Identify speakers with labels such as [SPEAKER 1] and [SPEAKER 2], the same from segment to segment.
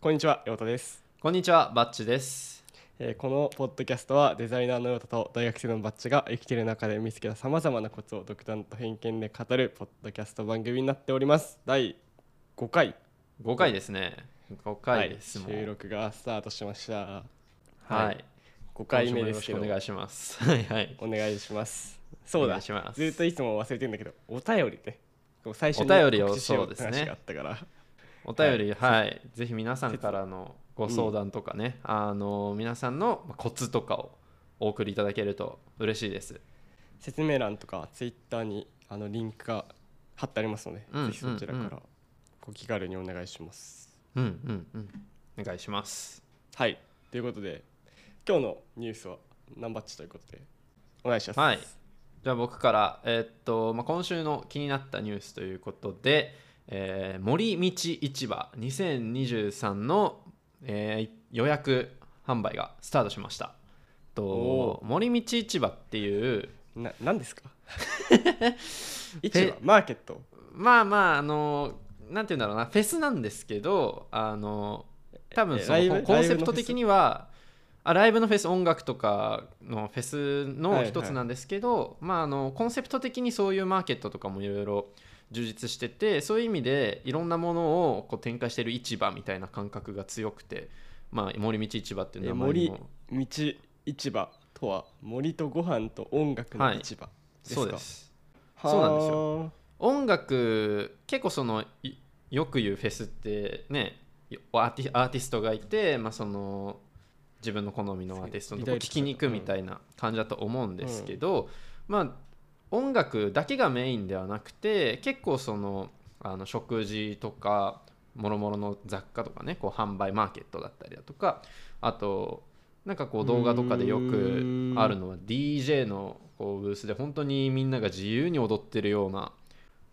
[SPEAKER 1] こんにちは、ヨウタです、
[SPEAKER 2] こんにちは、バッチです。
[SPEAKER 1] えーこのポッドキャストはデザイナーのヨウタと大学生のバッチが生きている中で見つけたさまざまなコツを独断と偏見で語るポッドキャスト番組になっております。第5回、
[SPEAKER 2] 5回ですね。5回です。
[SPEAKER 1] は
[SPEAKER 2] も
[SPEAKER 1] い、
[SPEAKER 2] う
[SPEAKER 1] 収録がスタートしました。
[SPEAKER 2] は
[SPEAKER 1] はい
[SPEAKER 2] い。
[SPEAKER 1] 5
[SPEAKER 2] 5
[SPEAKER 1] 回目ですけ
[SPEAKER 2] お
[SPEAKER 1] ど、
[SPEAKER 2] 願いします。はいはい。
[SPEAKER 1] お願いします。そう
[SPEAKER 2] お願
[SPEAKER 1] だ
[SPEAKER 2] い、します。
[SPEAKER 1] ずっといつも忘れてるんだけど、お便りね。こう最初に
[SPEAKER 2] お便りを
[SPEAKER 1] 告知しようって
[SPEAKER 2] そうですね
[SPEAKER 1] 話があったから。
[SPEAKER 2] お便り、はい。ぜひ皆さんからのご相談とかね、あの、皆さんのまあコツとかをお送りいただけると嬉しいです。
[SPEAKER 1] 説明欄とかツイッターにあのリンクが貼ってありますので、
[SPEAKER 2] うん
[SPEAKER 1] ぜひそちらか
[SPEAKER 2] うんう
[SPEAKER 1] らご気軽にお願いします。
[SPEAKER 2] うんうんうん。お願いします。
[SPEAKER 1] はいということで今日のニュースはナンバッチということでお願いします。
[SPEAKER 2] はい、じゃあ僕から、えーっとまあ、今週の気になったニュースということで、えー森道市場2023の、えー予約販売がスタートしました。と
[SPEAKER 1] お
[SPEAKER 2] 森道市場っていう
[SPEAKER 1] な何 ですか市
[SPEAKER 2] え
[SPEAKER 1] 場マーケット
[SPEAKER 2] まあまああのなんて言うんだろうなフェスなんですけどあの多分
[SPEAKER 1] え
[SPEAKER 2] その
[SPEAKER 1] ライブ
[SPEAKER 2] コンコンセプト的にはあライブのフェス音楽とかのフェス
[SPEAKER 1] はい
[SPEAKER 2] の
[SPEAKER 1] はい
[SPEAKER 2] 一つなんですけど、まああのコンセプト的にそういうマーケットとかもいろいろ充実しててそういう意味でいろんなものをこう展開してる市場みたいな感覚が強くて、まあ、森道市場っていう名前にも
[SPEAKER 1] え道市場とは森とご飯と音楽の市場ですか、
[SPEAKER 2] そうですそうなんです
[SPEAKER 1] よ。
[SPEAKER 2] 音楽結構そのいよく言うフェスってねよアーティアーティストがいて、まあ、その自分の好みのアーティストのとこ
[SPEAKER 1] そう
[SPEAKER 2] 聞きに行く
[SPEAKER 1] うん
[SPEAKER 2] みたいな感じだと思うんですけど、まあ音楽だけがメインではなくて結構そのあの食事とかもろもろの雑貨とかねこう販売マーケットだったりだとかあとなんかこう動画とかでよ
[SPEAKER 1] う
[SPEAKER 2] く
[SPEAKER 1] ーん
[SPEAKER 2] あるのは DJ のこうブースで本当にみんなが自由に踊ってるような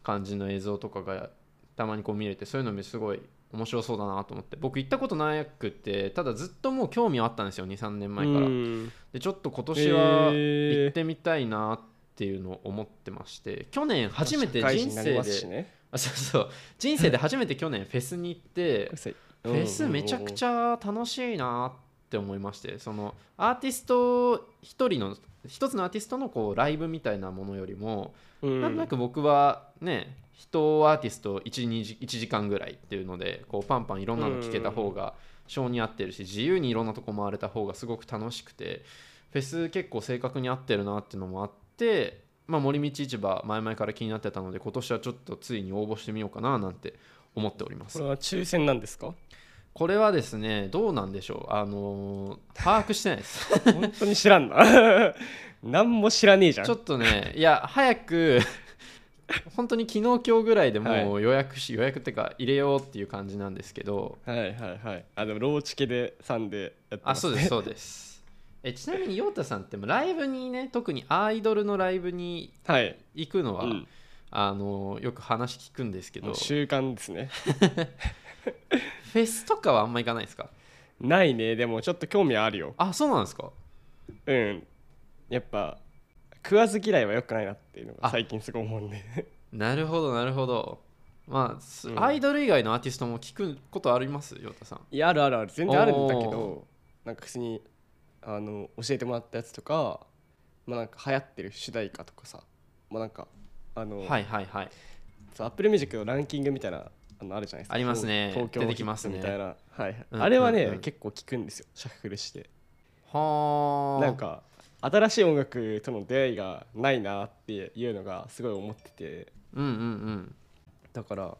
[SPEAKER 2] 感じの映像とかがたまにこう見れてそういうのもすごい面白そうだなと思って僕行ったことなくてただずっともう興味はあったんですよ23年前から
[SPEAKER 1] うん
[SPEAKER 2] でちょっと今年は
[SPEAKER 1] へー
[SPEAKER 2] 行ってみたいなっていうのを思ってまして去年初めて
[SPEAKER 1] 社会人
[SPEAKER 2] 人
[SPEAKER 1] になり
[SPEAKER 2] 生
[SPEAKER 1] ますし
[SPEAKER 2] で
[SPEAKER 1] ね
[SPEAKER 2] あそうそう人生で初めて去年フェスに行ってフェスめちゃくちゃ楽しいなって思いましてそのアーティスト一人の一つのアーティストのこうライブみたいなものよりも、
[SPEAKER 1] ゃ、うん
[SPEAKER 2] なんとなく僕はね人アーティスト 1, 2時1時間ぐらいっていうのでこうパンパンいろんなの聞けた方が性に合ってるし自由にいろんなとこ回れた方がすごく楽しくてフェス結構正確に合ってるなっていうのもあって、まあ、森道市場前々から気になってたので今年はちょっとついに応募してみようかななんて思っております
[SPEAKER 1] これ。は抽選なんですか
[SPEAKER 2] これはですねどうなんでしょうあのー把握してないです
[SPEAKER 1] 本当に知らんな 何も知らねえじゃん
[SPEAKER 2] ちょっとねいや早く 本当に昨日今日ぐらいでも
[SPEAKER 1] は
[SPEAKER 2] う予約し、予約ってか入れようっていう感じなんですけど
[SPEAKER 1] はいはいはい。あ、でも、ローチ系で3でやって
[SPEAKER 2] あ
[SPEAKER 1] ます、
[SPEAKER 2] そう
[SPEAKER 1] ね。
[SPEAKER 2] ですそうですえちなみに陽太さんってもうライブにね特にアイドルのライブに
[SPEAKER 1] はい。
[SPEAKER 2] 行くのは、
[SPEAKER 1] うん
[SPEAKER 2] あのーよく話聞くんですけ
[SPEAKER 1] も
[SPEAKER 2] ど
[SPEAKER 1] う
[SPEAKER 2] フ
[SPEAKER 1] 習慣ですね。
[SPEAKER 2] ェスとかはあんま行かないですか
[SPEAKER 1] ないね。でも、ちょっと興味あるよ。
[SPEAKER 2] あそうなんですか
[SPEAKER 1] うん。やっぱ、食わず嫌いは良くないなっていうのが
[SPEAKER 2] あ
[SPEAKER 1] 最近すごい思うん で。
[SPEAKER 2] なるほどなるほどまあす、
[SPEAKER 1] うん
[SPEAKER 2] アイドル以外のアーティストも聞くことあります陽太さん
[SPEAKER 1] いや、あるあるある。全然あるんだけど
[SPEAKER 2] お、
[SPEAKER 1] なんか普通に、あの、教えてもらったやつとか、まあなんか流行ってる主題歌とかさ、まあなんか、あの、
[SPEAKER 2] はいはいはい
[SPEAKER 1] そう、Apple Music のランキングみたいな、あのあるじゃないですか。
[SPEAKER 2] ありますね
[SPEAKER 1] 東京
[SPEAKER 2] 出てきます
[SPEAKER 1] ヒ
[SPEAKER 2] ね
[SPEAKER 1] ットみたいな。はいはい。
[SPEAKER 2] うんうん
[SPEAKER 1] あれは
[SPEAKER 2] う
[SPEAKER 1] ね
[SPEAKER 2] ん、
[SPEAKER 1] 結構聞くんですよ。シャッフルして。
[SPEAKER 2] はあ
[SPEAKER 1] なんか新しい音楽との出会いがないなっていうのがすごい思ってて
[SPEAKER 2] うんうんうん
[SPEAKER 1] だから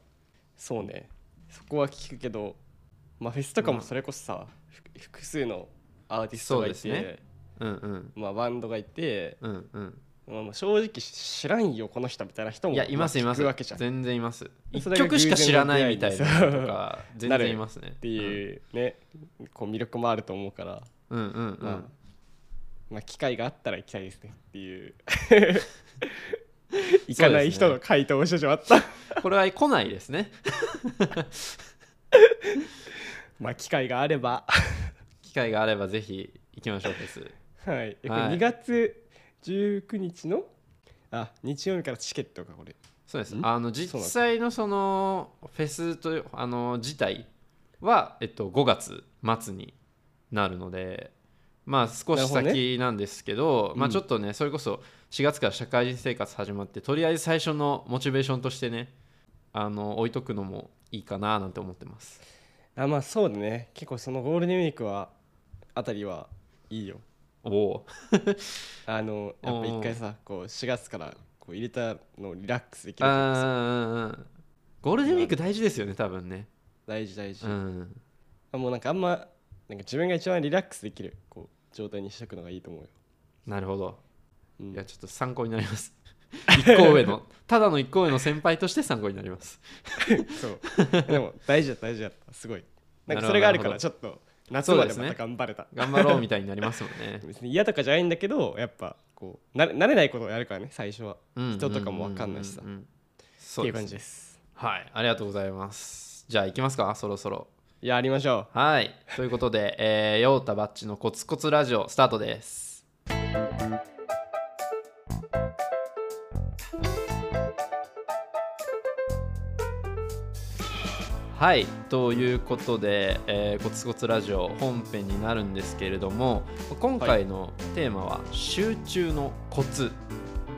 [SPEAKER 1] そうねそこは聞くけど、まあ、フェスとかもそれこそさ、ふ複数のアーティストがいて、
[SPEAKER 2] そうですうんうん
[SPEAKER 1] まあ、バンドがいて、
[SPEAKER 2] うんう
[SPEAKER 1] まあ、まあ正直知らんよこの人みたいな人
[SPEAKER 2] ん
[SPEAKER 1] も
[SPEAKER 2] いやいますいま
[SPEAKER 1] あ聞
[SPEAKER 2] す
[SPEAKER 1] くわけじゃんっ
[SPEAKER 2] 全然います
[SPEAKER 1] そ
[SPEAKER 2] 一
[SPEAKER 1] れが偶然
[SPEAKER 2] 曲しか知らないみたいな
[SPEAKER 1] の出会い
[SPEAKER 2] とか
[SPEAKER 1] そう
[SPEAKER 2] 全然いますねって
[SPEAKER 1] いうね、こう魅力もあると思うから、
[SPEAKER 2] うんうんうんうん、
[SPEAKER 1] まあまあ、機会があったら行きたいですねっていう 行かない人の回答をしてしまった
[SPEAKER 2] これは来ないですね
[SPEAKER 1] まあ機会があれば
[SPEAKER 2] 機会があればぜひ行きましょうです
[SPEAKER 1] はいえこれ
[SPEAKER 2] はい
[SPEAKER 1] 2月19日のあ日曜日からチケットがこれ
[SPEAKER 2] そうです
[SPEAKER 1] んそ
[SPEAKER 2] あの
[SPEAKER 1] うなん
[SPEAKER 2] 実
[SPEAKER 1] です
[SPEAKER 2] 際のそのフェスというあの自体は、えっと、5月末になるのでまあ少
[SPEAKER 1] なる
[SPEAKER 2] し
[SPEAKER 1] ほどね
[SPEAKER 2] 先なんですけどま
[SPEAKER 1] う
[SPEAKER 2] あ、
[SPEAKER 1] ん
[SPEAKER 2] ちょっとねそれこそ4月から社会人生活始まってとりあえず最初のモチベーションとしてねあの置いとくのもいいかななんて思ってます
[SPEAKER 1] あまあそうだね結構そのゴールデンウィークはあたりはいいよ
[SPEAKER 2] おお
[SPEAKER 1] あのやっぱ
[SPEAKER 2] おうお
[SPEAKER 1] 一
[SPEAKER 2] う
[SPEAKER 1] 回さこう4月からこう入れたのをリラックスできるとかさ
[SPEAKER 2] ーゴールデンウィーク大事ですよね多分ね
[SPEAKER 1] 大事大事、
[SPEAKER 2] うん
[SPEAKER 1] あもうなんかあんまなんか自分が一番リラックスできるこう状態にしておくのがいいと思うよ、
[SPEAKER 2] なるほど
[SPEAKER 1] うん
[SPEAKER 2] いやちょっと参考になります 一個上のただの一個上の先輩として参考になります
[SPEAKER 1] そうでも大事だった大事だったすごいなんか
[SPEAKER 2] なるほど
[SPEAKER 1] それがあるか
[SPEAKER 2] な
[SPEAKER 1] ら
[SPEAKER 2] る
[SPEAKER 1] ちょっと夏まで
[SPEAKER 2] そう
[SPEAKER 1] ま
[SPEAKER 2] です
[SPEAKER 1] た
[SPEAKER 2] ね
[SPEAKER 1] 頑張れた、
[SPEAKER 2] 頑張ろうみたいになりますもんね
[SPEAKER 1] 別に嫌とかじゃないんだけどやっぱこうなれ慣れないことをやるからね最初は
[SPEAKER 2] うん
[SPEAKER 1] 人とかもわかんないしさ
[SPEAKER 2] ううううん
[SPEAKER 1] っ
[SPEAKER 2] そ
[SPEAKER 1] ていうう
[SPEAKER 2] で
[SPEAKER 1] 感
[SPEAKER 2] す
[SPEAKER 1] じ
[SPEAKER 2] ね
[SPEAKER 1] です
[SPEAKER 2] はいありがとうございますじゃあ行きますかそろそろ
[SPEAKER 1] いやりましょ
[SPEAKER 2] はいということで、えー、ヨータバッチのコツコツラジオスタートですはいということで、えーコツコツラジオ本編になるんですけれども今回のテーマは「集中のコツ」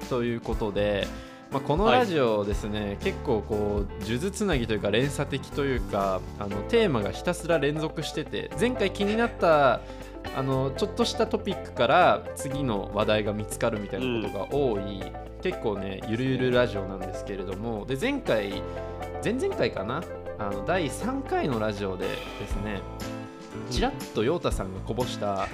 [SPEAKER 2] ということで、まあ、この
[SPEAKER 1] はい
[SPEAKER 2] ラジオですね、結構こう数珠つなぎというか連鎖的というかあのテーマがひたすら連続してて前回気になったあのちょっとしたトピックから次の話題が見つかるみたいなことが多い、結構ねゆるゆるラジオなんですけれどもで前回前々回かなあの第3回のラジオでですねちらっと陽太さんがこぼした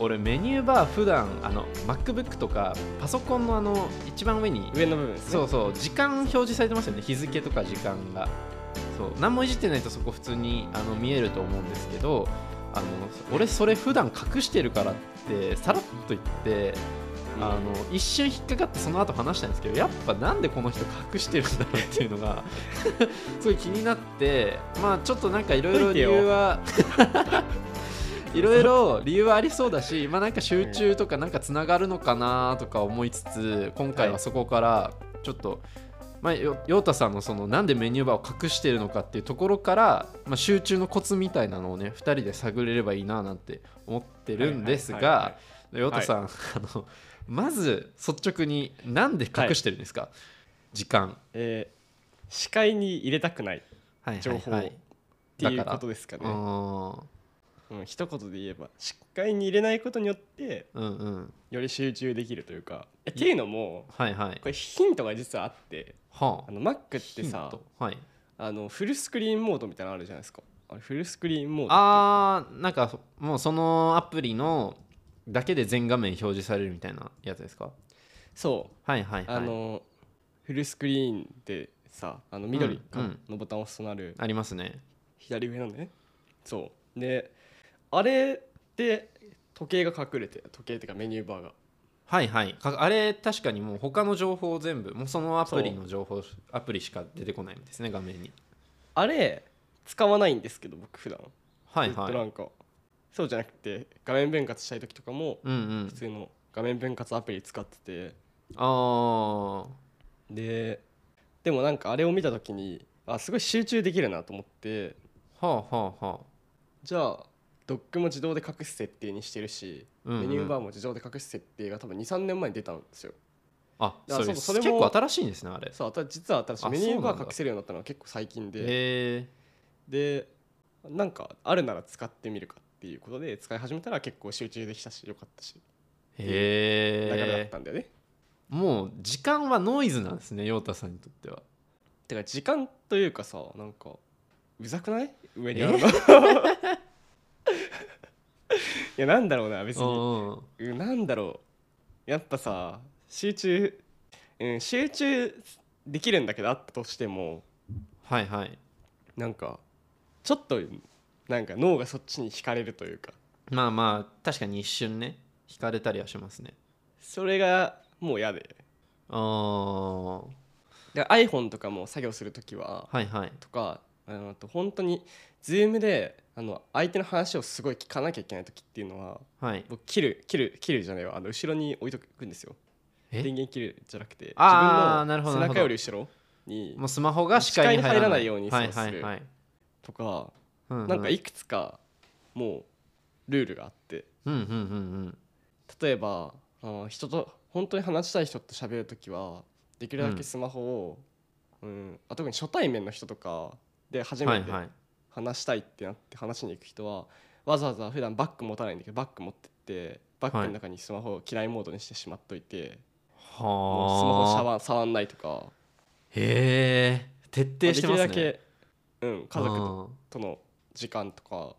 [SPEAKER 2] 俺メニューバー普段あの MacBook とかパソコンのあの一番上に
[SPEAKER 1] う上の部分ですね
[SPEAKER 2] そうそう時間表示されてますよね日付とか時間がそう何もいじってないとそこ普通にあの見えると思うんですけどあの俺それ普段隠してるからってさらっと言って
[SPEAKER 1] うん
[SPEAKER 2] あの一瞬引っかかってその後話したんですけどやっぱなんでこの人隠してるんだろうっていう のがすごい気になってまあちょっとなんかいろいろ理由は いろいろ理由はありそうだしまあなんか集中とかなんかつながるのかなとか思いつつ今回はそこからちょっと。まあ、よ陽太さんのそのなんでメニューバーを隠してるのかっていうところから、まあ、集中のコツみたいなのをね2人で探れればいいななんて思ってるんです
[SPEAKER 1] はいはいはいはい
[SPEAKER 2] がヨタさん、あのまず率直になんで隠してるんですか、時間
[SPEAKER 1] えー視界に入れたくないっ
[SPEAKER 2] はいはい
[SPEAKER 1] 情報
[SPEAKER 2] はい
[SPEAKER 1] ていう
[SPEAKER 2] だから
[SPEAKER 1] ことですか
[SPEAKER 2] う
[SPEAKER 1] ね、
[SPEAKER 2] ーん
[SPEAKER 1] うん、一言で言えば視界に入れないことによって
[SPEAKER 2] うんうん
[SPEAKER 1] より集中できるというかえっていうのも
[SPEAKER 2] はいはい
[SPEAKER 1] これヒントが実はあって
[SPEAKER 2] は
[SPEAKER 1] あ
[SPEAKER 2] あ
[SPEAKER 1] の Mac ってさ
[SPEAKER 2] ヒントはい
[SPEAKER 1] あのフルスクリーンモードみたいなのあるじゃないですかあれフルスクリーンモードあ
[SPEAKER 2] あーなんかもうそのアプリのだけで全画面表示されるみたいなやつですか
[SPEAKER 1] そ
[SPEAKER 2] はいはいうはい
[SPEAKER 1] あの、フルスクリーンでさあの緑か
[SPEAKER 2] うん
[SPEAKER 1] のボタンを押すとなる
[SPEAKER 2] ありますね
[SPEAKER 1] 左上なんだねそうであれで時計が隠れて時計っていうかメニューバーが
[SPEAKER 2] はいはいかあれ確かにもう他の情報全部もうそのアプリの情報アプリしか出てこないんですね画面に
[SPEAKER 1] あれ使わないんですけど僕普段
[SPEAKER 2] はい
[SPEAKER 1] ずっ
[SPEAKER 2] はい
[SPEAKER 1] となんかそうじゃなくて画面分割したい時とかも
[SPEAKER 2] うんうん
[SPEAKER 1] 普通の画面分割アプリ使ってて
[SPEAKER 2] ああ
[SPEAKER 1] ででもなんかあれを見た時にあすごい集中できるなと思って
[SPEAKER 2] はあはあはあ
[SPEAKER 1] じゃあドックも自動で隠す設定にしてるし、
[SPEAKER 2] うんうん
[SPEAKER 1] メニューバーも自動で隠す設定が多分23年前に出たんですよ
[SPEAKER 2] あ
[SPEAKER 1] あ
[SPEAKER 2] それ
[SPEAKER 1] そうそうそれも
[SPEAKER 2] 結構新しいんですねあれへ
[SPEAKER 1] そうあた実は私
[SPEAKER 2] あ
[SPEAKER 1] メニュー
[SPEAKER 2] そうな
[SPEAKER 1] バ
[SPEAKER 2] ん
[SPEAKER 1] ー
[SPEAKER 2] だ
[SPEAKER 1] 隠せるようになったのは結構最近で、
[SPEAKER 2] え
[SPEAKER 1] でなんかあるなら使ってみるかっていうことで使い始めたら結構集中できたしよかったし流れだっ
[SPEAKER 2] へえ
[SPEAKER 1] たんだよね、
[SPEAKER 2] もう時間はノイズなんですね陽太さんにとっては
[SPEAKER 1] てか時間というかさなんかうざくない上にあるのい やなんだろうな別
[SPEAKER 2] う
[SPEAKER 1] に
[SPEAKER 2] んうん
[SPEAKER 1] うんなんだろうやっぱさ集中、うん、集中できるんだけどあったとしても
[SPEAKER 2] はいはい
[SPEAKER 1] なんかちょっとなんか脳がそっちに惹かれるというか
[SPEAKER 2] まあまあ確かに一瞬ね引かれたりはしますね
[SPEAKER 1] それがもう嫌で
[SPEAKER 2] ああは
[SPEAKER 1] で iPhone とかも作業する時はい
[SPEAKER 2] はい
[SPEAKER 1] とかあのあと本当に Zoom であの相手の話をすごい聞かなきゃいけない時っていうのは
[SPEAKER 2] はい
[SPEAKER 1] 僕切る切る切るじゃないわあの後ろに置いとくんですよ
[SPEAKER 2] え
[SPEAKER 1] 電源切るじゃなくて
[SPEAKER 2] あー
[SPEAKER 1] 自
[SPEAKER 2] なる
[SPEAKER 1] 分
[SPEAKER 2] ほ
[SPEAKER 1] の背中
[SPEAKER 2] どなるほど
[SPEAKER 1] より後ろに
[SPEAKER 2] もうスマホが視界に
[SPEAKER 1] 視界に入らないように
[SPEAKER 2] はい
[SPEAKER 1] そう
[SPEAKER 2] は
[SPEAKER 1] する
[SPEAKER 2] いはい
[SPEAKER 1] とか
[SPEAKER 2] うんうん
[SPEAKER 1] なんかいくつかもうルールがあって
[SPEAKER 2] うんうんうん
[SPEAKER 1] 例えばあの人と本当に話したい人と喋るときはできるだ
[SPEAKER 2] うん
[SPEAKER 1] けスマホを、うんあ特に初対面の人とかで
[SPEAKER 2] う
[SPEAKER 1] 初
[SPEAKER 2] んは
[SPEAKER 1] め
[SPEAKER 2] い
[SPEAKER 1] て
[SPEAKER 2] はい
[SPEAKER 1] 話したいってなって話しに行く人はわざわざ普段バッグ持たないんだけどバッグ持ってってバッグの中にスマホを機内モードにしてしまっといて、もうスマホ
[SPEAKER 2] はあ
[SPEAKER 1] 触触んないとか
[SPEAKER 2] へえ徹底してますね
[SPEAKER 1] できるだけ、うん、家族と
[SPEAKER 2] 族
[SPEAKER 1] との時間とか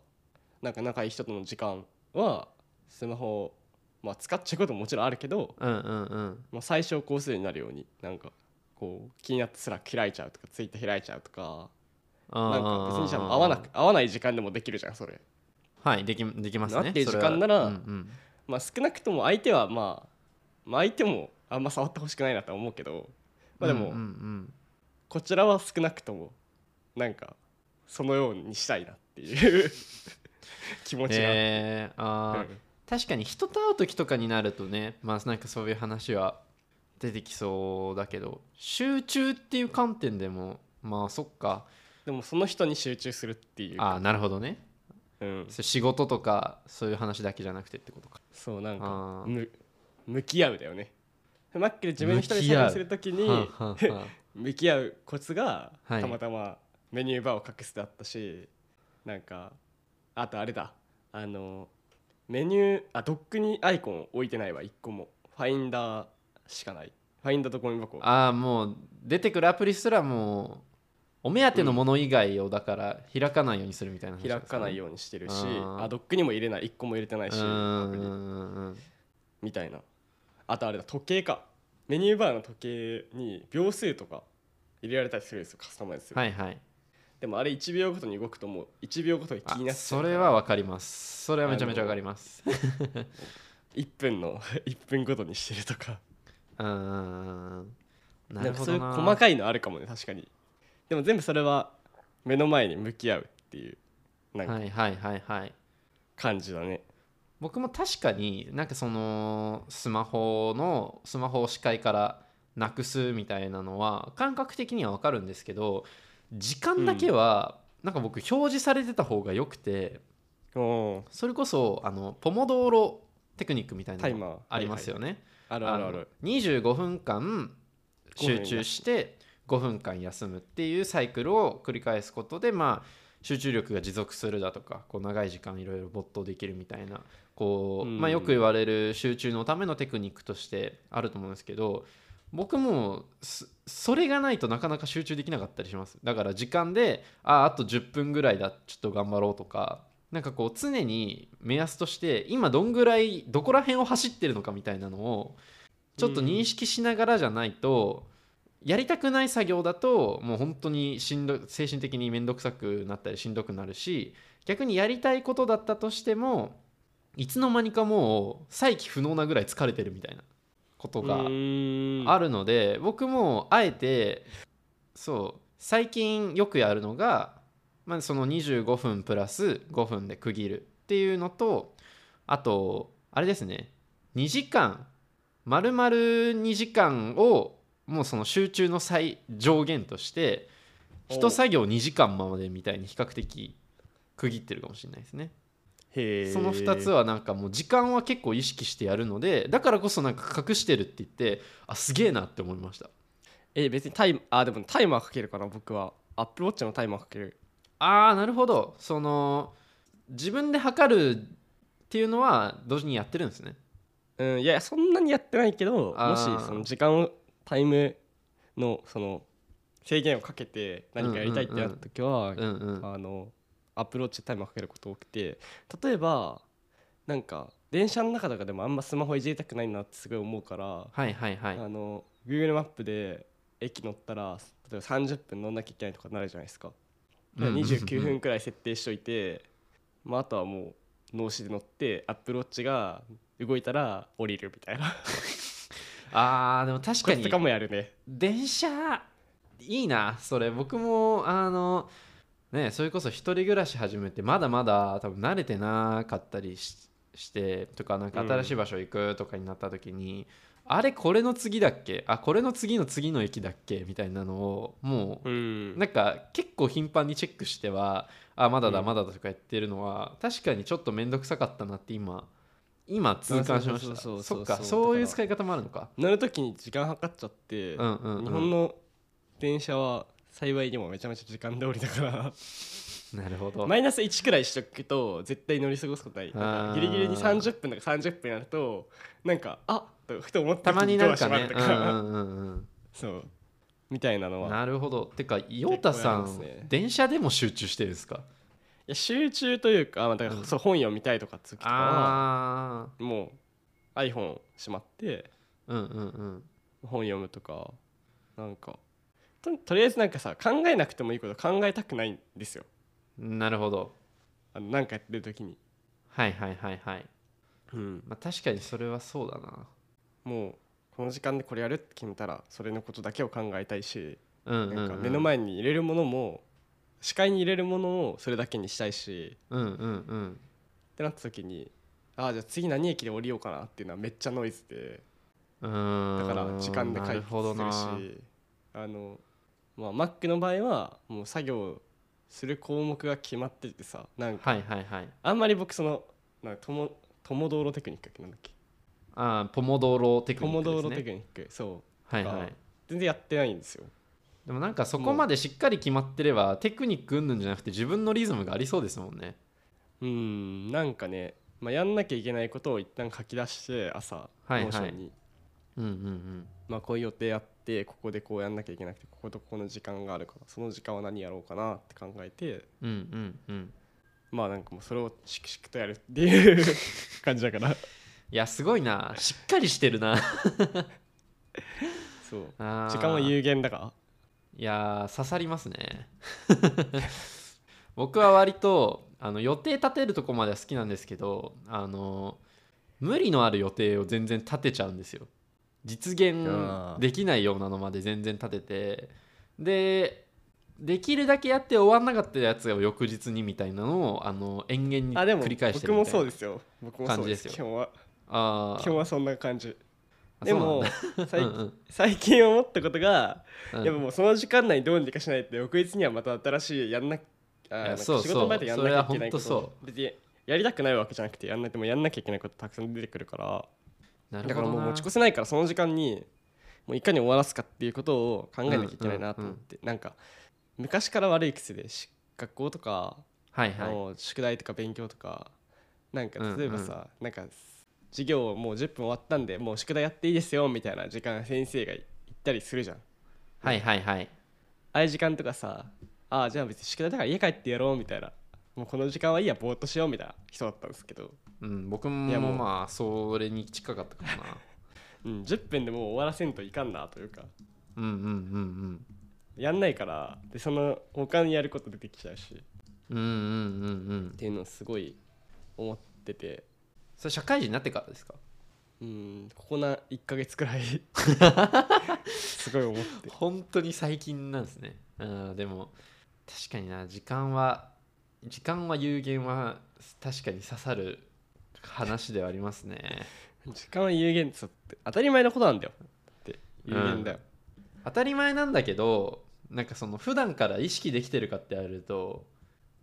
[SPEAKER 1] なんか仲いい人との時間はスマホを、まあ、使っちゃうことももちろんあるけど、
[SPEAKER 2] うんうんうん
[SPEAKER 1] まあ、最小コースになるようになんかこう気になってスラック開いちゃうとかツイッター開いちゃうとか
[SPEAKER 2] あ
[SPEAKER 1] なん
[SPEAKER 2] ー
[SPEAKER 1] か別にじゃあ合わなく合わない時間でもできるじゃんそれ。
[SPEAKER 2] はいできできますね
[SPEAKER 1] なっていう
[SPEAKER 2] それは
[SPEAKER 1] 時間なら
[SPEAKER 2] うんうん
[SPEAKER 1] まあ、少なくとも相手はまあ、まあ、相手もあんま触ってほしくないなとは思うけど、まあ、で
[SPEAKER 2] うん
[SPEAKER 1] も
[SPEAKER 2] うん
[SPEAKER 1] こちらは少なくともなんかそのようにしたいなっていう 気
[SPEAKER 2] う
[SPEAKER 1] 持
[SPEAKER 2] ん
[SPEAKER 1] ちが、
[SPEAKER 2] へえあー
[SPEAKER 1] うん
[SPEAKER 2] 確かに人と会う時とかになるとねまあなんかそういう話は出てきそうだけど集中っていう観点でもまあそっか
[SPEAKER 1] でもその人に集中するっていう
[SPEAKER 2] ああなるほどね
[SPEAKER 1] うん、
[SPEAKER 2] そう仕事とかそういう話だけじゃなくてってことか
[SPEAKER 1] そうなんか
[SPEAKER 2] あー
[SPEAKER 1] む向き合うだよねマックで自分一人で
[SPEAKER 2] 向き合
[SPEAKER 1] 作
[SPEAKER 2] う
[SPEAKER 1] 業するときに
[SPEAKER 2] はあはあはあ
[SPEAKER 1] 向き合うコツが
[SPEAKER 2] はい
[SPEAKER 1] たまたまメニューバーを隠すだったし、なんかあとあれだあのメニューあドックにアイコンを置いてないわ1個もファインダーしかないファインダーとゴミ箱
[SPEAKER 2] ああもう出てくるアプリすらもうお目当てのもの以外をだから開かないようにするみたいな話
[SPEAKER 1] 開かない
[SPEAKER 2] よ
[SPEAKER 1] ようにしてるし
[SPEAKER 2] あー
[SPEAKER 1] あドックにも入れない1個も入れてな
[SPEAKER 2] う
[SPEAKER 1] い
[SPEAKER 2] に
[SPEAKER 1] し
[SPEAKER 2] し
[SPEAKER 1] アプリみたいなあとあれだ時計かメニューバーの時計に秒数とか入れられたりするんですよカスタマイズする、
[SPEAKER 2] はいはい
[SPEAKER 1] でもあれ1秒ごとに動くともう1秒ごとに気にな
[SPEAKER 2] あ
[SPEAKER 1] って
[SPEAKER 2] それはわかりますそれはめちゃめちゃわかります
[SPEAKER 1] 1分の 1分ごとにしてるとか
[SPEAKER 2] うんうんうんな
[SPEAKER 1] なん
[SPEAKER 2] る
[SPEAKER 1] か
[SPEAKER 2] ほ
[SPEAKER 1] そうい
[SPEAKER 2] ど
[SPEAKER 1] う
[SPEAKER 2] な
[SPEAKER 1] 細かいのあるかもね確かにでも全部それは目の前に向き合うっていうなんか
[SPEAKER 2] はいはいはいはい
[SPEAKER 1] 感じだね、
[SPEAKER 2] 僕も確かになんかそのスマホのスマホを視界からなくすみたいなのは感覚的にはわかるんですけど時間だけはなんか僕表示されてた方が良くて
[SPEAKER 1] おー
[SPEAKER 2] それこそあのポモドーロテクニックみたいな
[SPEAKER 1] タイ
[SPEAKER 2] の
[SPEAKER 1] マー
[SPEAKER 2] ありますよ
[SPEAKER 1] ね、
[SPEAKER 2] ね
[SPEAKER 1] はいはいあるあるある
[SPEAKER 2] あの25分間集中して5分間休むっていうサイクルを繰り返すことでまあ集中力が持続するだとかこう長い時間いろいろ没頭できるみたいなこう、
[SPEAKER 1] うん
[SPEAKER 2] まあ、よく言われる集中のためのテクニックとしてあると思うんですけど僕もそそれがないとなかなか集中できなかったりしますだから時間でああと10分ぐらいだちょっと頑張ろうとかなんかこう常に目安として今どんぐらいどこら辺を走ってるのかみたいなのをちょっと認識しながらじゃないと、やりたくない作業だともう本当にしんど精神的に面倒くさくなったりしんどくなるし逆にやりたいことだったとしてもいつの間にかもう再起不能なぐらい疲れてるみたいなことがあ
[SPEAKER 1] る
[SPEAKER 2] るので僕もあえてそう最近よくやるのが、まあ、その25分プラス5分で区切るっていうのとあとあれですね2時間丸々2時間をもうその集中の最上限として一作業2時間までみたいに比較的区切ってるかもしれないですね。その2つはなんかもう時間は結構意識してやるのでだからこそなんか隠してるって言ってあすげえなって思いました
[SPEAKER 1] え別にタイムあでもタイマーかけるかな僕はアップルウォッチのタイマーかける
[SPEAKER 2] あーなるほどその自分で測るっていうのは同時にやってるんですね
[SPEAKER 1] うんいやそんなにやってないけど
[SPEAKER 2] あ
[SPEAKER 1] も
[SPEAKER 2] ー
[SPEAKER 1] しその時間をタイムのその制限をかけて何かやりたいってなった時は、
[SPEAKER 2] うんうん
[SPEAKER 1] あのアップルウォッチでタイマーかけること多くて例えばなんか電車の中とかでもあんまスマホいじりたくないなってすごい思うから、
[SPEAKER 2] はいはいはい
[SPEAKER 1] あの Google マップで駅乗ったら例えば30分乗んなきゃいけないとかなるじゃないですか。
[SPEAKER 2] うんうんうん
[SPEAKER 1] 29分くらい設定しといて、まあ、あとはもう脳死で乗ってアップルウォッチが動いたら降りるみたいな
[SPEAKER 2] あーでも確
[SPEAKER 1] こ
[SPEAKER 2] か
[SPEAKER 1] れと
[SPEAKER 2] に
[SPEAKER 1] かもやるね
[SPEAKER 2] 電車いいなそれ僕もあのねそれこそ一人暮らし始めてまだまだ多分慣れてなかったりししてとかなんか新しい場所行くとかになった時に、あれこれの次だっけあこれの次の次の駅だっけみたいなのをも
[SPEAKER 1] う
[SPEAKER 2] うんなんか結構頻繁にチェックしてはあまだだ
[SPEAKER 1] うん
[SPEAKER 2] まだだとかやってるのは確かにちょっと面倒くさかったなって今今痛感しました
[SPEAKER 1] そう
[SPEAKER 2] そ
[SPEAKER 1] そ
[SPEAKER 2] っ
[SPEAKER 1] うそうそうそう
[SPEAKER 2] かそうい
[SPEAKER 1] だから
[SPEAKER 2] う使い方もあるのか
[SPEAKER 1] 乗る時に時間計っちゃって、
[SPEAKER 2] うんうん、うん、
[SPEAKER 1] 日本の電車は幸いにもめちゃめちゃ時間通りだから
[SPEAKER 2] なるほど、
[SPEAKER 1] マイナス1くらいしとくと絶対乗り過ごすことないなん
[SPEAKER 2] あー
[SPEAKER 1] かギリギリに30分とか30分やるとなんかあっとふと思った
[SPEAKER 2] たまになるか
[SPEAKER 1] ドア
[SPEAKER 2] ね
[SPEAKER 1] 閉まると
[SPEAKER 2] う
[SPEAKER 1] か
[SPEAKER 2] んうんうんうん
[SPEAKER 1] そうみたいなのは
[SPEAKER 2] なるほどてかヨ太さん、
[SPEAKER 1] 結構やりますね
[SPEAKER 2] 電車でも集中してるんですか
[SPEAKER 1] いや集中というかあだから、
[SPEAKER 2] うん
[SPEAKER 1] そう本読みたいとかつきとかは
[SPEAKER 2] あ
[SPEAKER 1] もう iPhone しまって
[SPEAKER 2] あうんうんうん
[SPEAKER 1] 本読むとかなんかととりあえずなんかさ考えなくてもいいこと考えたくないんですよ
[SPEAKER 2] なるほど
[SPEAKER 1] あのなんかやってる時に、
[SPEAKER 2] はいはいはいはい、
[SPEAKER 1] うん、
[SPEAKER 2] まあ、確かにそれはそうだな
[SPEAKER 1] もうこの時間でこれやるって決めたらそれのことだけを考えたいし
[SPEAKER 2] うんうん、う、
[SPEAKER 1] なんんか目の前に入れるものも視界に入れるものをそれだけにしたいし
[SPEAKER 2] うんうんうん
[SPEAKER 1] ってなった時にああじゃあ次何駅で降りようかなっていうのはめっちゃノイズで
[SPEAKER 2] うー
[SPEAKER 1] だ
[SPEAKER 2] ん
[SPEAKER 1] から時間で
[SPEAKER 2] な
[SPEAKER 1] 解
[SPEAKER 2] る
[SPEAKER 1] 決
[SPEAKER 2] ほどな
[SPEAKER 1] するしあの、まあ、Mac の場合はもう作業する項目が決まっててさなんか
[SPEAKER 2] はいはいはい
[SPEAKER 1] あんまり僕そのなんかともトモ道路テクニックだっけなんだっけ
[SPEAKER 2] あーポモドーロテク
[SPEAKER 1] ト
[SPEAKER 2] ニッ
[SPEAKER 1] モ
[SPEAKER 2] クで
[SPEAKER 1] 道
[SPEAKER 2] す
[SPEAKER 1] 路
[SPEAKER 2] ね
[SPEAKER 1] テクニックそう
[SPEAKER 2] はい
[SPEAKER 1] と
[SPEAKER 2] は
[SPEAKER 1] か
[SPEAKER 2] い
[SPEAKER 1] 全然やってないんですよ
[SPEAKER 2] でもなんかそこまでしっかり決まってればテクニックうんぬんじゃなくて自分のリズムがありそうですもんね
[SPEAKER 1] うんなんかね、まあ、やんなきゃいけないことを一旦書き出して朝
[SPEAKER 2] はいはい
[SPEAKER 1] ノーションに、
[SPEAKER 2] うんうんうん
[SPEAKER 1] まあ、こういう予定あってここでこうやんなきゃいけなくてこことここの時間があるからその時間は何やろうかなって考えて
[SPEAKER 2] うんうんうん
[SPEAKER 1] まあなんかもうそれをしくしくとやるっていう感じだから
[SPEAKER 2] いやすごいなしっかりしてるな
[SPEAKER 1] そう
[SPEAKER 2] あー
[SPEAKER 1] 時間は有限だから
[SPEAKER 2] いやー刺さりますね 僕は割とあの予定立てるとこまでは好きなんですけどあの無理のある予定を全然立てちゃうんですよ実現できないようなのまで全然立ててでできるだけやって終わんなかったやつを翌日にみたいなのをあの延々に
[SPEAKER 1] あでも
[SPEAKER 2] 繰り返し
[SPEAKER 1] 僕
[SPEAKER 2] てるみ
[SPEAKER 1] も
[SPEAKER 2] たいな
[SPEAKER 1] そうですよ僕もそうです
[SPEAKER 2] 感じで
[SPEAKER 1] 今
[SPEAKER 2] す
[SPEAKER 1] 日は
[SPEAKER 2] あ
[SPEAKER 1] 今
[SPEAKER 2] ー
[SPEAKER 1] 日はそんな感じ
[SPEAKER 2] あ
[SPEAKER 1] で
[SPEAKER 2] そうなん
[SPEAKER 1] も
[SPEAKER 2] だ
[SPEAKER 1] 最
[SPEAKER 2] うんうん
[SPEAKER 1] 最近思ったことが、
[SPEAKER 2] うん
[SPEAKER 1] やっぱもうその時間内にどうにかしないと翌日にはまた新しいやんなあ
[SPEAKER 2] いや
[SPEAKER 1] なんか
[SPEAKER 2] そうそう
[SPEAKER 1] 仕事の前でやんなきゃいけないこ
[SPEAKER 2] それはほ
[SPEAKER 1] と
[SPEAKER 2] ん
[SPEAKER 1] 別にやりたくないわけじゃなくてやんないでもやんなきゃいけないことたくさん出てくるから
[SPEAKER 2] な
[SPEAKER 1] だ
[SPEAKER 2] る
[SPEAKER 1] か
[SPEAKER 2] ほ
[SPEAKER 1] ら
[SPEAKER 2] ど
[SPEAKER 1] もう
[SPEAKER 2] な
[SPEAKER 1] 持ち越せないからその時間にもういかに終わらすかっていうことを考えなきゃいけないなと思って、なんか昔から悪い癖でし学校とか
[SPEAKER 2] はい
[SPEAKER 1] あ
[SPEAKER 2] はい
[SPEAKER 1] の宿題とか勉強とかなんか
[SPEAKER 2] うん
[SPEAKER 1] 例えばさ、なんか授業もう10分終わったんでもう宿題やっていいですよみたいな時間先生が言ったりするじゃんあ
[SPEAKER 2] はいはいはい
[SPEAKER 1] あいう時間とかさああじゃあ別に宿題だから家帰ってやろうみたいなもうこの時間はいいやぼーっとしようみたいな人だったんですけど、
[SPEAKER 2] うん、僕
[SPEAKER 1] いや
[SPEAKER 2] も
[SPEAKER 1] もう
[SPEAKER 2] まあそれに近かったか な
[SPEAKER 1] うん、10分でもう終わらせんといかんなというか
[SPEAKER 2] うんうんうん
[SPEAKER 1] やんないからでその他にやること出てきちゃうしっ
[SPEAKER 2] うんうんうんうんうん
[SPEAKER 1] ていうのをすごい思ってて
[SPEAKER 2] それ社会人になってからですか
[SPEAKER 1] うんここな1ヶ月く らいすごい思って
[SPEAKER 2] 本当に最近なんですねうんでも確かにな時間は時間は有限は確かに刺さる話ではありますね
[SPEAKER 1] 時間は有限って当たり前のことなんだよだって有限だよ、
[SPEAKER 2] 当たり前なんだけどなんかその普段から意識できてるかってやると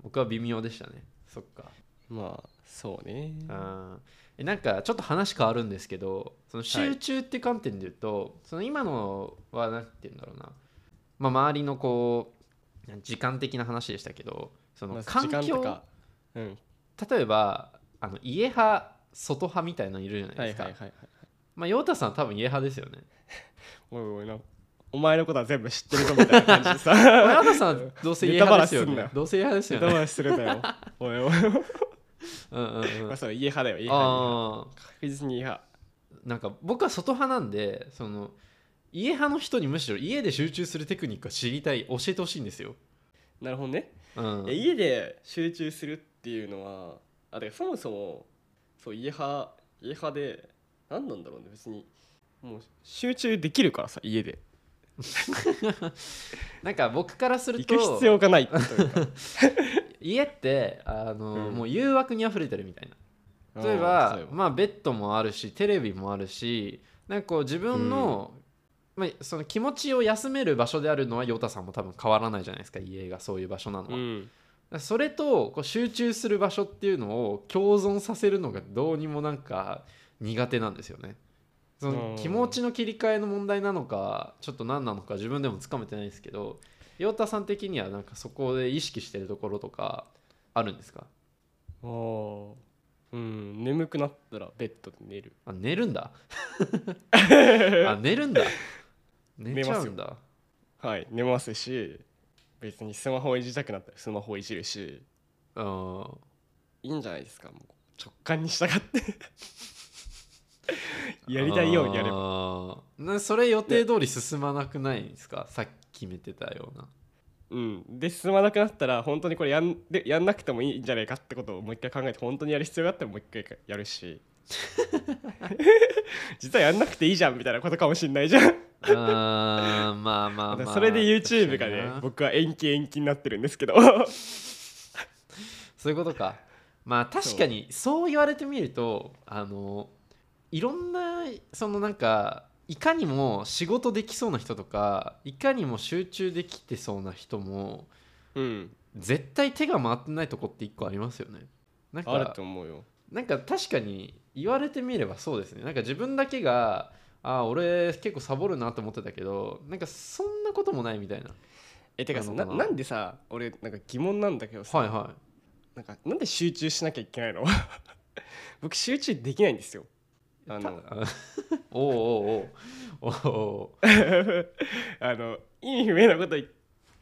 [SPEAKER 2] 僕は微妙でしたねそっか
[SPEAKER 1] まあそうね
[SPEAKER 2] あーえなんかちょっと話変わるんですけどその集中って観点で言うと、その今のは何て言うんだろうな、まあ、周りのこう時間的な話でしたけどそ
[SPEAKER 1] ま
[SPEAKER 2] の
[SPEAKER 1] あ
[SPEAKER 2] 環
[SPEAKER 1] 時間と
[SPEAKER 2] 境
[SPEAKER 1] かうん
[SPEAKER 2] 例えばあの家派外派みたいなのいるじゃない
[SPEAKER 1] はい
[SPEAKER 2] です
[SPEAKER 1] は
[SPEAKER 2] か、
[SPEAKER 1] いはいはい
[SPEAKER 2] まあ陽太さん多分家派です よね
[SPEAKER 1] おいおいなお前のことは全部知ってるぞみたいな感じで さ
[SPEAKER 2] まあ陽太さんどうせ家派です
[SPEAKER 1] ネタバラシす
[SPEAKER 2] よ
[SPEAKER 1] んな
[SPEAKER 2] ね
[SPEAKER 1] よ
[SPEAKER 2] どうせ家派です
[SPEAKER 1] ネ
[SPEAKER 2] よ
[SPEAKER 1] タ
[SPEAKER 2] ね
[SPEAKER 1] バラシするんだよおいおい
[SPEAKER 2] うんうんうん
[SPEAKER 1] まあそう家派だよ家派
[SPEAKER 2] あー
[SPEAKER 1] 確実に家派
[SPEAKER 2] なんか僕は外派なんでその家派の人にむしろ家で集中するテクニックを知りたい教えてほしいんですよ
[SPEAKER 1] なるほどね
[SPEAKER 2] うん
[SPEAKER 1] いや家で集中するっていうのはあてかそもそもそう家派家派で何なんだろうね別にもう集中できるからさ家で
[SPEAKER 2] なんか僕からする
[SPEAKER 1] 行
[SPEAKER 2] と
[SPEAKER 1] く必要がないという か
[SPEAKER 2] 家ってあ
[SPEAKER 1] う
[SPEAKER 2] の、
[SPEAKER 1] ん
[SPEAKER 2] もう誘惑にあふれてるみたいな例え
[SPEAKER 1] うん
[SPEAKER 2] ば
[SPEAKER 1] そうよ
[SPEAKER 2] まあベッドもあるしテレビもあるしなんかこう自分の,、まあ、その気持ちを休める場所であるのはヨタさんも多分変わらないじゃないですか家がそういう場所なのは、だからそれとこう集中する場所っていうのを共存させるのがどうにもなんか苦手なんですよねその
[SPEAKER 1] うん
[SPEAKER 2] 気持ちの切り替えの問題なのかちょっと何なのか自分でもつかめてないですけどヨタさん的にはなんかそこで意識してるところとかあるんですか
[SPEAKER 1] あーうん眠くなったらベッドで寝る
[SPEAKER 2] あ寝る んだあ寝るんだ寝ちゃうんだ
[SPEAKER 1] はい寝ますし別にスマホいじりたくなったらスマホいじるし
[SPEAKER 2] うん
[SPEAKER 1] いいんじゃないですかもう直感に従って やりたいようにやれば
[SPEAKER 2] ばなそれ予定通り進まなくないんですかさっき決めてたような
[SPEAKER 1] うんで進まなくなったら本当にこれやんでやんなくてもいいんじゃないかってことをもう一回考えて本当にやる必要があったらもう一回やるし 実はやんなくていいじゃんみたいなことかもしんないじゃん
[SPEAKER 2] あーまあまあ
[SPEAKER 1] だか
[SPEAKER 2] ま
[SPEAKER 1] ら
[SPEAKER 2] あ
[SPEAKER 1] それで YouTube が
[SPEAKER 2] 確
[SPEAKER 1] ね
[SPEAKER 2] かにな
[SPEAKER 1] 僕は延期延期になってるんですけ ど
[SPEAKER 2] そういうことかまあ確かにそう言われてみるとあのいろんなそのなんかいかにも仕事できそうな人とかいかにも集中できてそうな人も
[SPEAKER 1] うん
[SPEAKER 2] 絶対手が回ってないとこって一個ありますよねなんか
[SPEAKER 1] あると思うよ
[SPEAKER 2] なんか確かに言われてみればそうですねなんか自分だけがあー俺結構サボるなと思ってたけどなんかそんなこともないみたいな
[SPEAKER 1] えてかさ
[SPEAKER 2] な
[SPEAKER 1] な
[SPEAKER 2] のかな
[SPEAKER 1] なんでさ俺なんか疑問なんだけどさ、
[SPEAKER 2] はいは
[SPEAKER 1] なんかなんで集中しなきゃいけないの 僕集中できないんですよ
[SPEAKER 2] い
[SPEAKER 1] あの
[SPEAKER 2] おうおうおうおうおう
[SPEAKER 1] あの意味不明なことい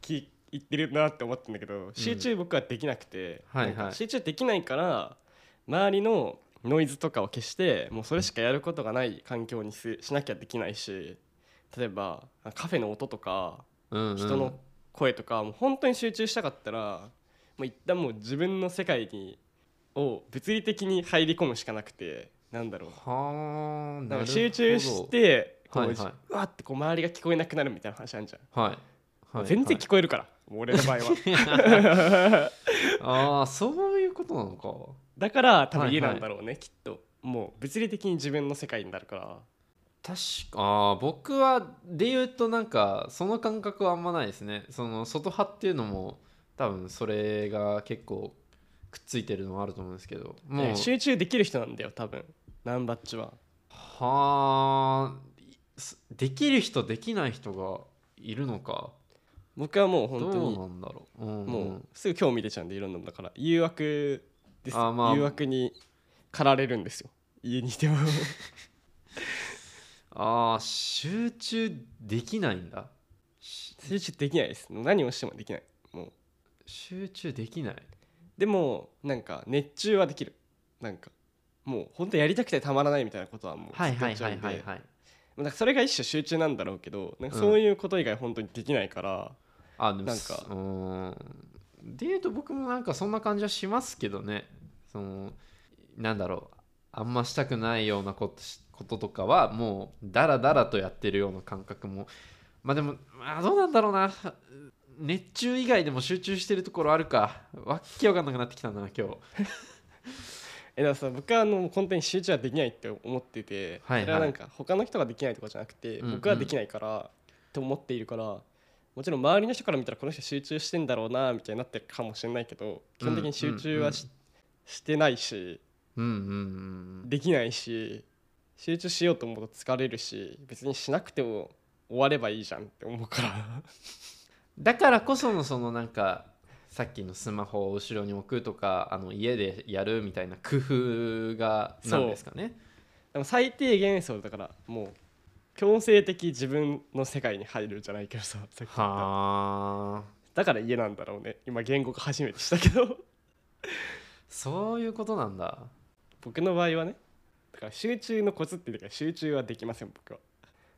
[SPEAKER 1] き言ってるなって思ったんだけど集中僕はできなくて、
[SPEAKER 2] はいはい
[SPEAKER 1] なんか集中できないから周りのノイズとかを消してもうそれしかやることがない環境にすしなきゃできないし例えばカフェの音とか
[SPEAKER 2] うんうん
[SPEAKER 1] 人の声とか、もう本当に集中したかったらもう一旦もう自分の世界にを物理的に入り込むしかなくてなんだろう
[SPEAKER 2] は
[SPEAKER 1] な
[SPEAKER 2] あなんるほど
[SPEAKER 1] か集中してこう、
[SPEAKER 2] はいはいう
[SPEAKER 1] わってこう周りが聞こえなくなるみたいな話あるじゃん、
[SPEAKER 2] はい、はい、
[SPEAKER 1] 全然聞こえるから、もう俺の場合は
[SPEAKER 2] はい ああそういうことなのか
[SPEAKER 1] だから多
[SPEAKER 2] はいは
[SPEAKER 1] 分
[SPEAKER 2] い
[SPEAKER 1] 家なんだろうね、きっともう物理的に自分の世界になるから
[SPEAKER 2] 確かあー僕はで言うとなんかその感覚はあんまないですねその外派っていうのも多分それが結構くっついてるのもあると思うんですけどもう
[SPEAKER 1] ね集中できる人なんだよ多分ナンバッチは
[SPEAKER 2] はあできる人できない人がいるのか
[SPEAKER 1] 僕はもう本当
[SPEAKER 2] どう
[SPEAKER 1] に
[SPEAKER 2] なんだろう、うんうん
[SPEAKER 1] もうすぐ興味出ちゃうんでいろんなのだから誘惑です、
[SPEAKER 2] あーまあ
[SPEAKER 1] 誘惑に駆られるんですよ家にいても
[SPEAKER 2] あー集中できないんだし
[SPEAKER 1] 集中できないですもう何をしてもできないもう
[SPEAKER 2] 集中できない
[SPEAKER 1] でもなんか熱中はできるなんかもう本当やりたくてたまらないみたいなことはもう
[SPEAKER 2] はい
[SPEAKER 1] ず
[SPEAKER 2] は
[SPEAKER 1] っ
[SPEAKER 2] い
[SPEAKER 1] とや
[SPEAKER 2] は
[SPEAKER 1] っちゃう
[SPEAKER 2] い
[SPEAKER 1] ん
[SPEAKER 2] は
[SPEAKER 1] で
[SPEAKER 2] いはい
[SPEAKER 1] なんかそれが一種集中なんだろうけどなんか
[SPEAKER 2] うん
[SPEAKER 1] そういうこと以外本当にできないから、
[SPEAKER 2] あでも
[SPEAKER 1] なんか
[SPEAKER 2] うーんで言うと僕もなんかそんな感じはしますけどねそのなんだろうあんましたくないようなことしこととかはもうダラダラとやってるような感覚もまあでもまあどうなんだろうな熱中以外でも集中してるところあるかわっけわかんなくなってきたんだな今日
[SPEAKER 1] えだからさ僕はあの本当に集中はできないって思ってて、
[SPEAKER 2] はいはい
[SPEAKER 1] それはなんか他の人ができないとかじゃなくて、
[SPEAKER 2] うんうん
[SPEAKER 1] 僕はできないからと思っているからもちろん周りの人から見たらこの人集中してんだろうなみたいになってるかもしれないけど基本的に集中はし,、
[SPEAKER 2] う
[SPEAKER 1] してないし
[SPEAKER 2] うんうんうん
[SPEAKER 1] できないし集中しようと思うと疲れるし別にしなくても終わればいいじゃんって思うから
[SPEAKER 2] だからこそのそのなんかさっきのスマホを後ろに置くとかあの家でやるみたいな工夫がなんですかね
[SPEAKER 1] でも最低限そうだからもう強制的自分の世界に入るじゃないけどささっき言った
[SPEAKER 2] はあ
[SPEAKER 1] だから家なんだろうね今言語化初めてしたけど
[SPEAKER 2] そういうことなんだ
[SPEAKER 1] 僕の場合はねだから集中のコツっていうか集中はできません僕は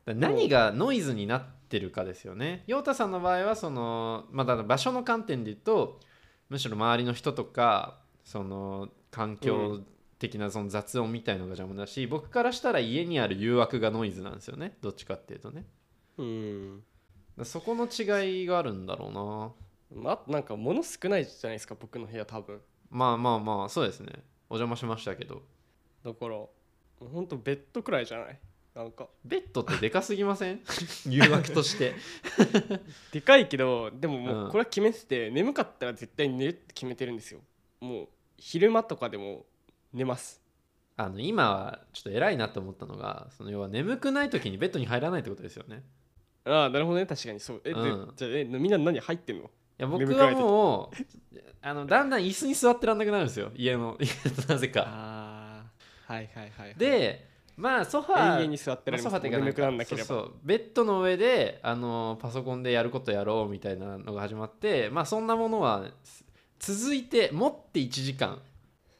[SPEAKER 2] だ何がノイズになってるかですよね陽太さんの場合はその、まあ、だから場所の観点で言うとむしろ周りの人とかその環境的なその雑音みたいのが邪魔だし、僕からしたら家にある誘惑がノイズなんですよねどっちかっていうとねだか
[SPEAKER 1] うん
[SPEAKER 2] らそこの違いがあるんだろうな
[SPEAKER 1] まあとなんか物少ないじゃないですか僕の部屋多分
[SPEAKER 2] まあまあまあそうですねお邪魔しましたけど
[SPEAKER 1] だからもうほんとベッドくらいじゃないなんか
[SPEAKER 2] ベッドってでかすぎません 誘惑として
[SPEAKER 1] でかいけどでもも
[SPEAKER 2] う
[SPEAKER 1] う
[SPEAKER 2] ん
[SPEAKER 1] これは決めてて、眠かったら絶対寝るって決めてるんですよもう昼間とかでも寝ます
[SPEAKER 2] あの今はちょっと偉いなと思ったのがその要は眠くない時にベッドに入らないってことですよね
[SPEAKER 1] ああなるほどね確かにそうえ、で
[SPEAKER 2] うん
[SPEAKER 1] じゃあえみんな何入ってんの
[SPEAKER 2] いや
[SPEAKER 1] 眠
[SPEAKER 2] 僕
[SPEAKER 1] くな
[SPEAKER 2] はい
[SPEAKER 1] 時
[SPEAKER 2] もう あのだんだん椅子に座ってらんなくなるんですよ家のなぜか
[SPEAKER 1] ああはいはいはい、はい、
[SPEAKER 2] でまあソファ
[SPEAKER 1] 永
[SPEAKER 2] ー
[SPEAKER 1] 遠に座ってられま
[SPEAKER 2] まあソ
[SPEAKER 1] す
[SPEAKER 2] ファーっていうか
[SPEAKER 1] 眠くなんなければ
[SPEAKER 2] そうそうベッドの上であのパソコンでやることやろうみたいなのが始まってまあそんなものはつ続いて持って1時間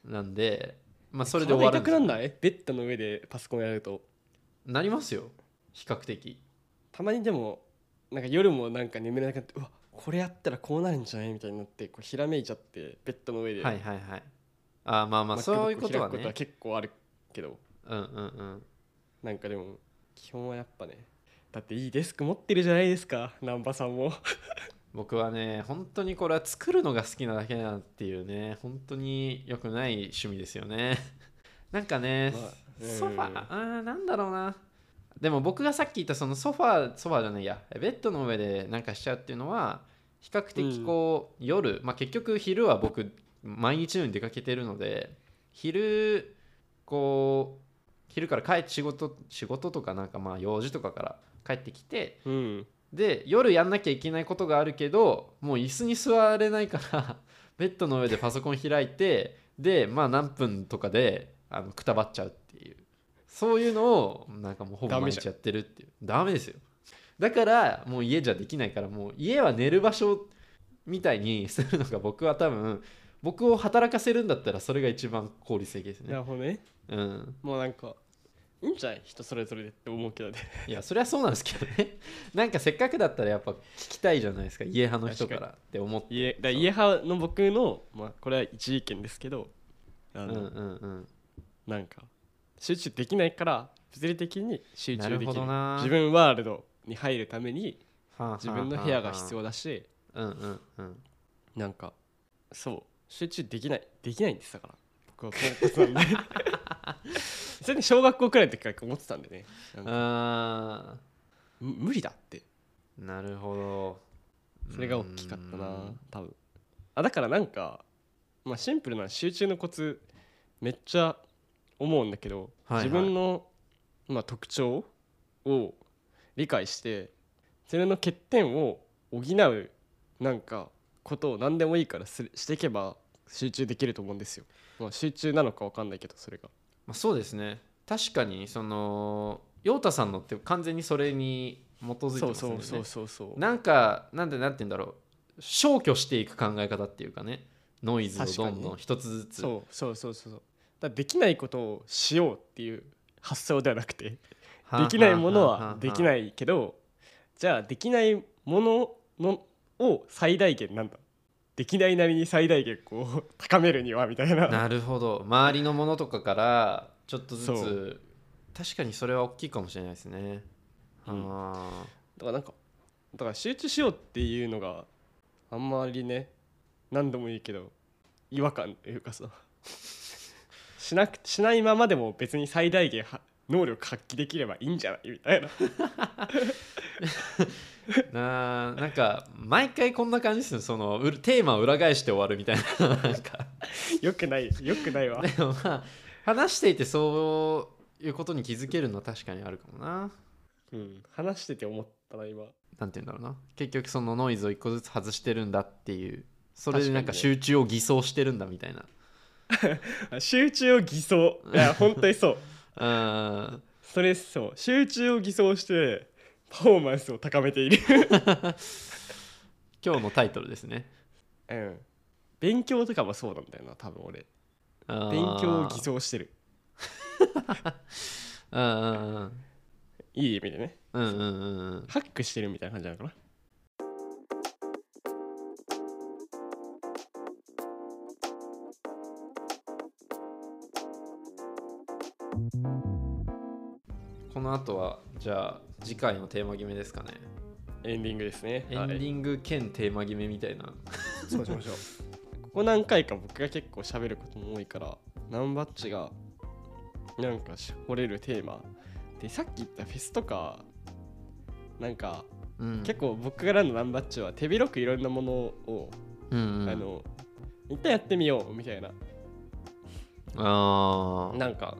[SPEAKER 2] なんでまあそれで終わる
[SPEAKER 1] 体
[SPEAKER 2] ん
[SPEAKER 1] 痛く
[SPEAKER 2] ですよ
[SPEAKER 1] なんないベッドの上でパソコンやると
[SPEAKER 2] なりますよ比較的
[SPEAKER 1] たまにでもなんか夜もなんか眠れなくなってうわこれやったらこうなるんじゃないみたいになってこうひらめいちゃってベッドの上で、
[SPEAKER 2] はいはいはいあーまあまあ
[SPEAKER 1] MacBook
[SPEAKER 2] そういうことは
[SPEAKER 1] 開くことは
[SPEAKER 2] ね
[SPEAKER 1] 結構あるけど
[SPEAKER 2] うんうんうん
[SPEAKER 1] なんかでも基本はやっぱねだっていいデスク持ってるじゃないですか難波さんも
[SPEAKER 2] 僕はね本当にこれは作るのが好きなだけだっていうね本当に良くない趣味ですよね なんかね、
[SPEAKER 1] まあうん
[SPEAKER 2] ソファーあーなんだろうなでも僕がさっき言ったそのソファーソファーじゃないやベッドの上でなんかしちゃうっていうのは比較的こう、夜、まあ、結局昼は僕毎日のように出かけてるので昼こう昼から帰って仕事仕事とかなんかまあ用事とかから帰ってきて
[SPEAKER 1] うん
[SPEAKER 2] で夜やんなきゃいけないことがあるけどもう椅子に座れないから ベッドの上でパソコン開いてでまあ何分とかであのくたばっちゃうっていうそういうのをなんかもうほぼ
[SPEAKER 1] ダメ
[SPEAKER 2] 毎
[SPEAKER 1] じゃん
[SPEAKER 2] 日やってるっていうダメですよだからもう家じゃできないからもう家は寝る場所みたいに するのが僕は多分僕を働かせるんだったらそれが一番効率的です
[SPEAKER 1] な
[SPEAKER 2] ね
[SPEAKER 1] るほどね
[SPEAKER 2] うん
[SPEAKER 1] もうなんかいいんじゃない人それぞれでって思うけどね
[SPEAKER 2] いやそれはそうなんですけどね なんかせっかくだったらやっぱ聞きたいじゃないですか家派の人からって思って
[SPEAKER 1] 家だから家派の僕の、まあ、これは一意見ですけどあ
[SPEAKER 2] うんう
[SPEAKER 1] の、
[SPEAKER 2] んうん
[SPEAKER 1] なんか集中できないから物理的に集中でき
[SPEAKER 2] なるほどな
[SPEAKER 1] 自分ワールドに入るために
[SPEAKER 2] はあ
[SPEAKER 1] 自分の部屋が必要だし
[SPEAKER 2] うんうんうん
[SPEAKER 1] なんかそう集中できないできないんですだから僕はポンコツなんでそれで小学校くらいの時から思ってたんでねなんか
[SPEAKER 2] あ
[SPEAKER 1] む無理だって
[SPEAKER 2] ーなるほど
[SPEAKER 1] それが大きかった
[SPEAKER 2] う
[SPEAKER 1] なん多分あだからなんか、まあ、シンプルな集中のコツめっちゃ思うんだけど、
[SPEAKER 2] はいはい
[SPEAKER 1] 自分の、まあ、特徴を理解してそれの欠点を補うなんかことを何でもいいからするしていけば集中できると思うんですよ、まあ、集中なのか分かんないけどそれが
[SPEAKER 2] まあ、そうですね確かにその陽太さんのって完全にそれに基づいて
[SPEAKER 1] そ
[SPEAKER 2] ま
[SPEAKER 1] う
[SPEAKER 2] す
[SPEAKER 1] そ
[SPEAKER 2] よね
[SPEAKER 1] うそうそうそう
[SPEAKER 2] なんかなんでなんて言うんだろう消去していく考え方っていうかねノイズを
[SPEAKER 1] 確か
[SPEAKER 2] ど
[SPEAKER 1] に
[SPEAKER 2] んどん一つずつ
[SPEAKER 1] そうそうそうそうそうだからできないことをしようっていう発想ではなくてできないものはでき
[SPEAKER 2] い
[SPEAKER 1] ないけどじゃあできないもののを最大限なんだできないなりに最大限こう高めるにはみたい な
[SPEAKER 2] なるほど周りのものとかからちょっとず
[SPEAKER 1] そ
[SPEAKER 2] つ確かにそれは大きいかもしれないですね、あ
[SPEAKER 1] うん
[SPEAKER 2] あ
[SPEAKER 1] だからなんかだから集中しようっていうのがあんまりね何度もいいけど違和感というかさしなくしないままでも別に最大限は能力発揮できればいいんじゃないみたいな
[SPEAKER 2] ななんか毎回こんな感じですよそのうるテーマを裏返して終わるみたいな なんか
[SPEAKER 1] よくないよくないわ
[SPEAKER 2] でもまあ話していてそういうことに気づけるのは確かにあるかもな
[SPEAKER 1] うん、話してて思ったな今
[SPEAKER 2] なんて言うんだろうな結局そのノイズを一個ずつ外してるんだっていうそれでなん
[SPEAKER 1] 確か
[SPEAKER 2] か
[SPEAKER 1] にね
[SPEAKER 2] 集中を偽装してるんだみたいな
[SPEAKER 1] あ集中を偽装いや本当にそう
[SPEAKER 2] うん
[SPEAKER 1] それそう集中を偽装してパフォーマンスを高めている、
[SPEAKER 2] 今日のタイトルですね
[SPEAKER 1] うん、勉強とかもそうなんだよな多分俺勉
[SPEAKER 2] 勉
[SPEAKER 1] 強を偽装してる
[SPEAKER 2] うんうんうん
[SPEAKER 1] いい意味でね
[SPEAKER 2] うんうんうんうん
[SPEAKER 1] ハックしてるみたいな感じなのかな
[SPEAKER 2] この後はじゃあ次回のテーマ決めですかね
[SPEAKER 1] エンディングですね
[SPEAKER 2] エンデ
[SPEAKER 1] はい
[SPEAKER 2] ィング兼テーマ決めみたいな
[SPEAKER 1] そうしましょうここ何回か僕が結構喋ることも多いからナンバッチがなんかし惚れるテーマでさっき言ったフェスとかなんか
[SPEAKER 2] うん、
[SPEAKER 1] 結構僕からのランバッチョは手広くいろんなものを、
[SPEAKER 2] うんうん、
[SPEAKER 1] あの一旦やってみようみたいな
[SPEAKER 2] あー
[SPEAKER 1] なんか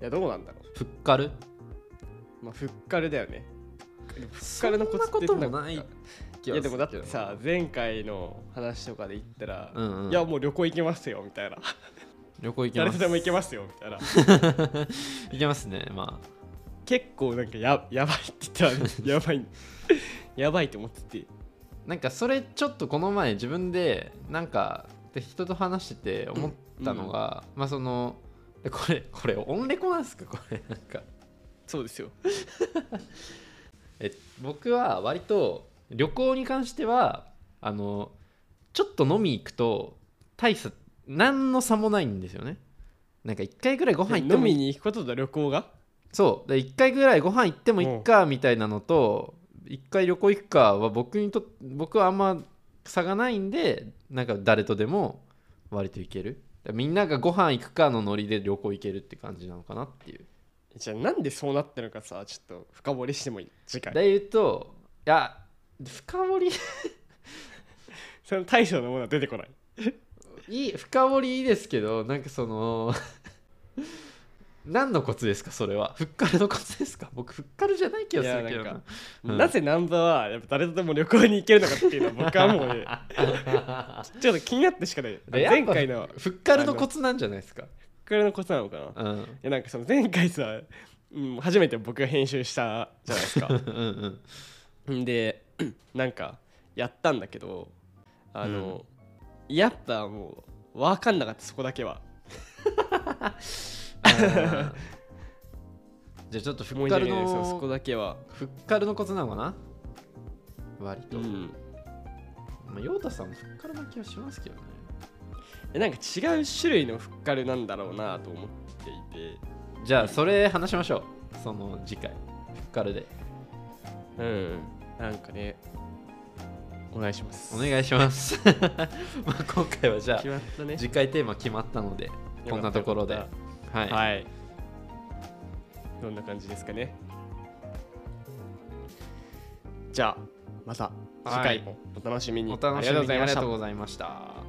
[SPEAKER 1] いやどうなんだろ
[SPEAKER 2] ふっかる
[SPEAKER 1] うまあふっかるだよねでもふっ
[SPEAKER 2] そ
[SPEAKER 1] か
[SPEAKER 2] ん
[SPEAKER 1] る
[SPEAKER 2] な
[SPEAKER 1] のコツって
[SPEAKER 2] こともないい
[SPEAKER 1] いやでもだってさ前回の話とかで言ったら、
[SPEAKER 2] うんうん
[SPEAKER 1] いやもう旅行行けますよみ たいな
[SPEAKER 2] 旅行行けま
[SPEAKER 1] 誰
[SPEAKER 2] す
[SPEAKER 1] とでも行けますよみたいな
[SPEAKER 2] 行けますねまあ
[SPEAKER 1] 結構なんかややばいって言ったら、ね、 やばいやばいと思ってて
[SPEAKER 2] なんかそれちょっとこの前自分でなんかで人と話してて思ったのが、まあそのえこれこれオンレコなんですかこれなんか
[SPEAKER 1] そうですよ
[SPEAKER 2] え僕は割と旅行に関してはあのちょっと飲み行くと大差何の差もないんですよねなんか1回ぐらいご飯行って
[SPEAKER 1] 飲
[SPEAKER 2] もい
[SPEAKER 1] み
[SPEAKER 2] い
[SPEAKER 1] に行くことだ旅行が
[SPEAKER 2] そうで1回ぐらいご飯行ってもいっかみたいなのと1回旅行行くかは僕にと僕はあんま差がないんでなんか誰とでも割と行けるだからみんながご飯行くかのノリで旅行行けるって感じなのかなっていう
[SPEAKER 1] じゃあなんでそうなったのかさちょっと深掘りしてもいい次回
[SPEAKER 2] で言うといや深掘り
[SPEAKER 1] その大将のものは出てこない
[SPEAKER 2] いい深掘りいいですけどなんかその 何のコツですかそれはふっかるのコツですか僕ふっかるじゃない気がするけど
[SPEAKER 1] いや
[SPEAKER 2] なうん
[SPEAKER 1] なぜ難波はやっぱ誰とでも旅行に行けるのかっていうのは僕はもうね ちょっと気になってしかない
[SPEAKER 2] で
[SPEAKER 1] 前回の
[SPEAKER 2] やっぱふっかるのコツなんじゃないですか
[SPEAKER 1] これのことなのかな、い
[SPEAKER 2] うん
[SPEAKER 1] やなんかその前回さ、うん、初めて僕が編集したじゃない ですか
[SPEAKER 2] うんうん
[SPEAKER 1] んでなんかやったんだけどあの、やっぱもう分かんなかったそこだけは
[SPEAKER 2] あーじゃあちょっとふ
[SPEAKER 1] 申
[SPEAKER 2] っ
[SPEAKER 1] し
[SPEAKER 2] か
[SPEAKER 1] 訳
[SPEAKER 2] る
[SPEAKER 1] ないですよそこ
[SPEAKER 2] の
[SPEAKER 1] だけは
[SPEAKER 2] ふっかるのコツなのかな割
[SPEAKER 1] う
[SPEAKER 2] と、
[SPEAKER 1] ん
[SPEAKER 2] まあ、ヨウタさんもふっかるな気がしますけどね
[SPEAKER 1] えなんか違う種類のふっかるなんだろうなと思っていて
[SPEAKER 2] じゃあそれ話しましょうその次回ふっかるで
[SPEAKER 1] うんなんかねお願いします
[SPEAKER 2] お願いします まあ今回はじゃ
[SPEAKER 1] 決まった
[SPEAKER 2] あ
[SPEAKER 1] ね
[SPEAKER 2] 次回テーマ決まったのでこんなところで
[SPEAKER 1] よ
[SPEAKER 2] は
[SPEAKER 1] かっ
[SPEAKER 2] い、
[SPEAKER 1] たはいどんな感じですかねじゃあまた次回もお楽しみに、
[SPEAKER 2] お楽しみにありがとう
[SPEAKER 1] た
[SPEAKER 2] ございました